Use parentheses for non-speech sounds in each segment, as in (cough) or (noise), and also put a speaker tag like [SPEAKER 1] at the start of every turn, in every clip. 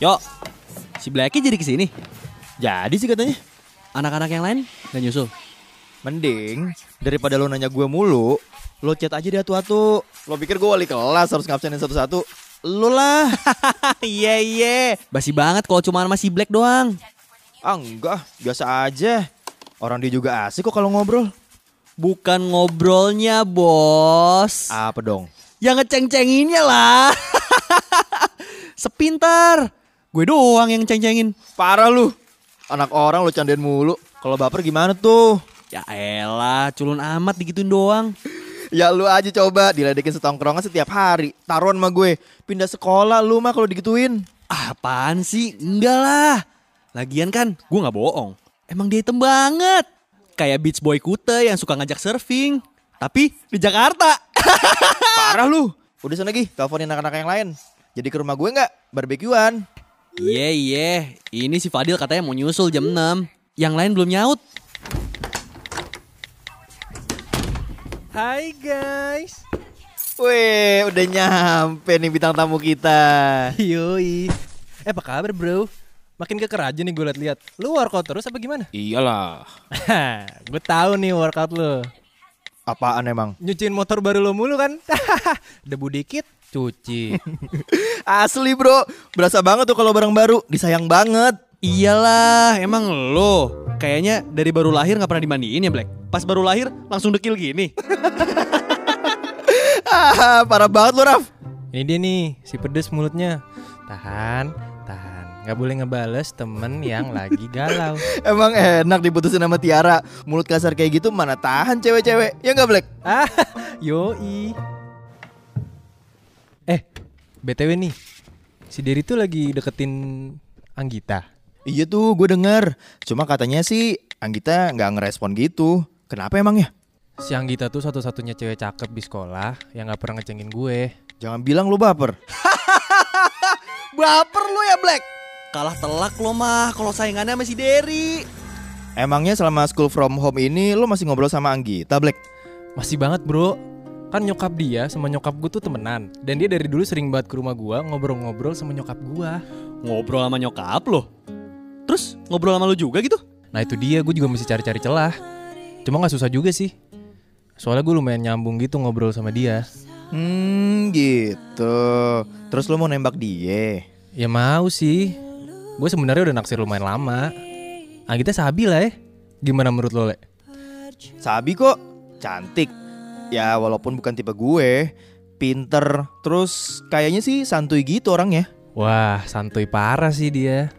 [SPEAKER 1] Yo, si Blacky jadi kesini.
[SPEAKER 2] Jadi sih katanya.
[SPEAKER 1] Anak-anak yang lain nggak nyusul.
[SPEAKER 2] Mending daripada lo nanya gue mulu, lo chat aja dia atu-atu. Lo pikir gue wali kelas harus ngabsenin satu-satu. Lo lah. (laughs)
[SPEAKER 1] Iya iya. Basi banget kalau cuma sama si Black doang.
[SPEAKER 2] ah enggak, biasa aja. Orang dia juga asik kok kalau ngobrol.
[SPEAKER 1] Bukan ngobrolnya bos.
[SPEAKER 2] Apa dong?
[SPEAKER 1] Ya ngeceng-cenginnya lah. (laughs) Sepintar. Gue doang yang ceng-cengin.
[SPEAKER 2] Parah lu. Anak orang lo candain mulu. Kalau baper gimana tuh?
[SPEAKER 1] Ya elah, culun amat digituin doang.
[SPEAKER 2] Ya lu aja coba diledekin setongkrongan setiap hari. Taruhan sama gue. Pindah sekolah lu mah kalau (laughs) digituin.
[SPEAKER 1] Ah, Apaan sih? Enggak lah. Lagian kan gue nggak bohong. Emang dia hitam banget. Kayak beach boy kute yang suka ngajak surfing. Tapi di Jakarta. (coughs)
[SPEAKER 2] Parah lu. Udah sana lagi, teleponin anak-anak yang lain. Jadi ke rumah gue nggak barbekyuan.
[SPEAKER 1] Iya iya. Ini si Fadil katanya mau nyusul jam 6. Yang lain belum nyaut.
[SPEAKER 3] Hai guys.
[SPEAKER 2] Weh, udah nyampe nih bintang tamu kita.
[SPEAKER 3] Yoi. Eh apa kabar bro? Makin keker aja nih gue liat-liat. Lu workout terus apa (laughs) gimana?
[SPEAKER 2] Iyalah.
[SPEAKER 3] gue tahu nih workout lu.
[SPEAKER 2] Apaan emang?
[SPEAKER 3] Nyuciin motor baru lu mulu kan? (laughs) Debu dikit, cuci.
[SPEAKER 2] (laughs) Asli bro, berasa banget tuh kalau barang baru, disayang banget. (laughs)
[SPEAKER 1] Iyalah, emang lo. Kayaknya dari baru lahir nggak pernah dimandiin ya Black. Pas baru lahir langsung dekil gini.
[SPEAKER 2] Ah, parah banget lu Raf.
[SPEAKER 3] Ini dia nih, si pedes mulutnya. Tahan, tahan. Gak boleh ngebales temen yang lagi galau. (laughs)
[SPEAKER 2] Emang enak diputusin sama Tiara. Mulut kasar kayak gitu mana tahan cewek-cewek. Ya nggak Black?
[SPEAKER 3] Ah, yoi. Eh, BTW nih. Si Derry tuh lagi deketin Anggita.
[SPEAKER 2] Iya tuh, gue denger. Cuma katanya sih Anggita nggak ngerespon gitu. Kenapa emang ya?
[SPEAKER 3] Si Anggita tuh satu-satunya cewek cakep di sekolah yang gak pernah ngecengin gue.
[SPEAKER 2] Jangan bilang lu (laughs) baper.
[SPEAKER 1] Baper lo ya Black. Kalah telak lo mah kalau saingannya sama si Derry.
[SPEAKER 2] Emangnya selama school from home ini lu masih ngobrol sama Anggita, Black?
[SPEAKER 3] Masih banget bro. Kan nyokap dia sama nyokap gue tuh temenan. Dan dia dari dulu sering banget ke rumah gue ngobrol-ngobrol sama nyokap gue.
[SPEAKER 1] Ngobrol sama nyokap lo. Terus ngobrol sama lo juga gitu?
[SPEAKER 3] Nah itu dia gue juga mesti cari-cari celah. Cuma gak susah juga sih. Soalnya gue lumayan nyambung gitu ngobrol sama dia.
[SPEAKER 2] Hmm, gitu. Terus lu mau nembak dia?
[SPEAKER 3] Ya mau sih. Gue sebenarnya udah naksir lumayan lama. Anggita sabi lah ya. Gimana menurut lo, Le?
[SPEAKER 2] Sabi kok cantik. Ya walaupun bukan tipe gue, pinter, terus kayaknya sih santuy gitu orangnya.
[SPEAKER 3] Wah, santuy parah sih dia.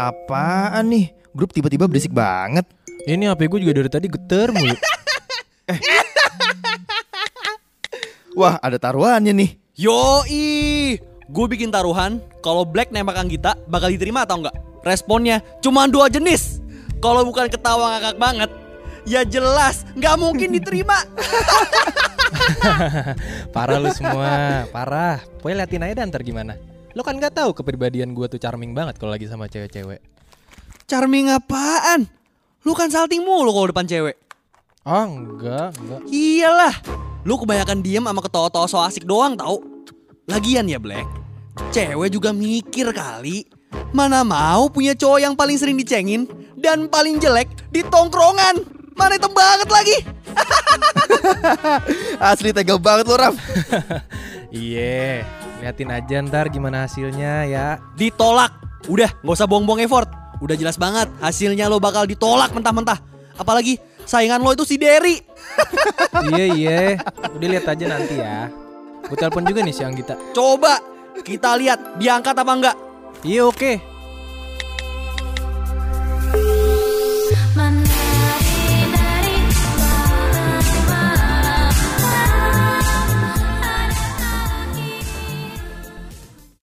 [SPEAKER 2] Apaan nih? Grup tiba-tiba berisik banget.
[SPEAKER 3] Ini HP gue juga dari tadi geter mulu.
[SPEAKER 2] Wah, ada taruhannya nih.
[SPEAKER 1] Yoi, gue bikin taruhan kalau Black nembak Anggita bakal diterima atau enggak? Responnya cuma dua jenis. Kalau bukan ketawa ngakak banget, ya jelas nggak mungkin diterima.
[SPEAKER 3] parah lu semua, parah. Pokoknya liatin aja dan ntar gimana. Lo kan gak tahu kepribadian gue tuh charming banget kalau lagi sama cewek-cewek.
[SPEAKER 1] Charming apaan? Lu kan salting mulu kalau depan cewek.
[SPEAKER 3] Ah, enggak, enggak.
[SPEAKER 1] Iyalah, lu kebanyakan diem sama ketawa-tawa so asik doang tau. Lagian ya Black, cewek juga mikir kali. Mana mau punya cowok yang paling sering dicengin dan paling jelek di tongkrongan. Mana hitam banget lagi.
[SPEAKER 2] Asli tega banget lo, Raf.
[SPEAKER 3] Iya, liatin aja ntar gimana hasilnya ya.
[SPEAKER 1] Ditolak. Udah, nggak usah buang-buang effort. Udah jelas banget, hasilnya lo bakal ditolak mentah-mentah. Apalagi saingan lo itu si Derry.
[SPEAKER 3] iya, iya. Udah lihat aja nanti ya. Gue telepon juga nih si Anggita.
[SPEAKER 1] Coba kita lihat diangkat apa enggak.
[SPEAKER 3] Iya, oke.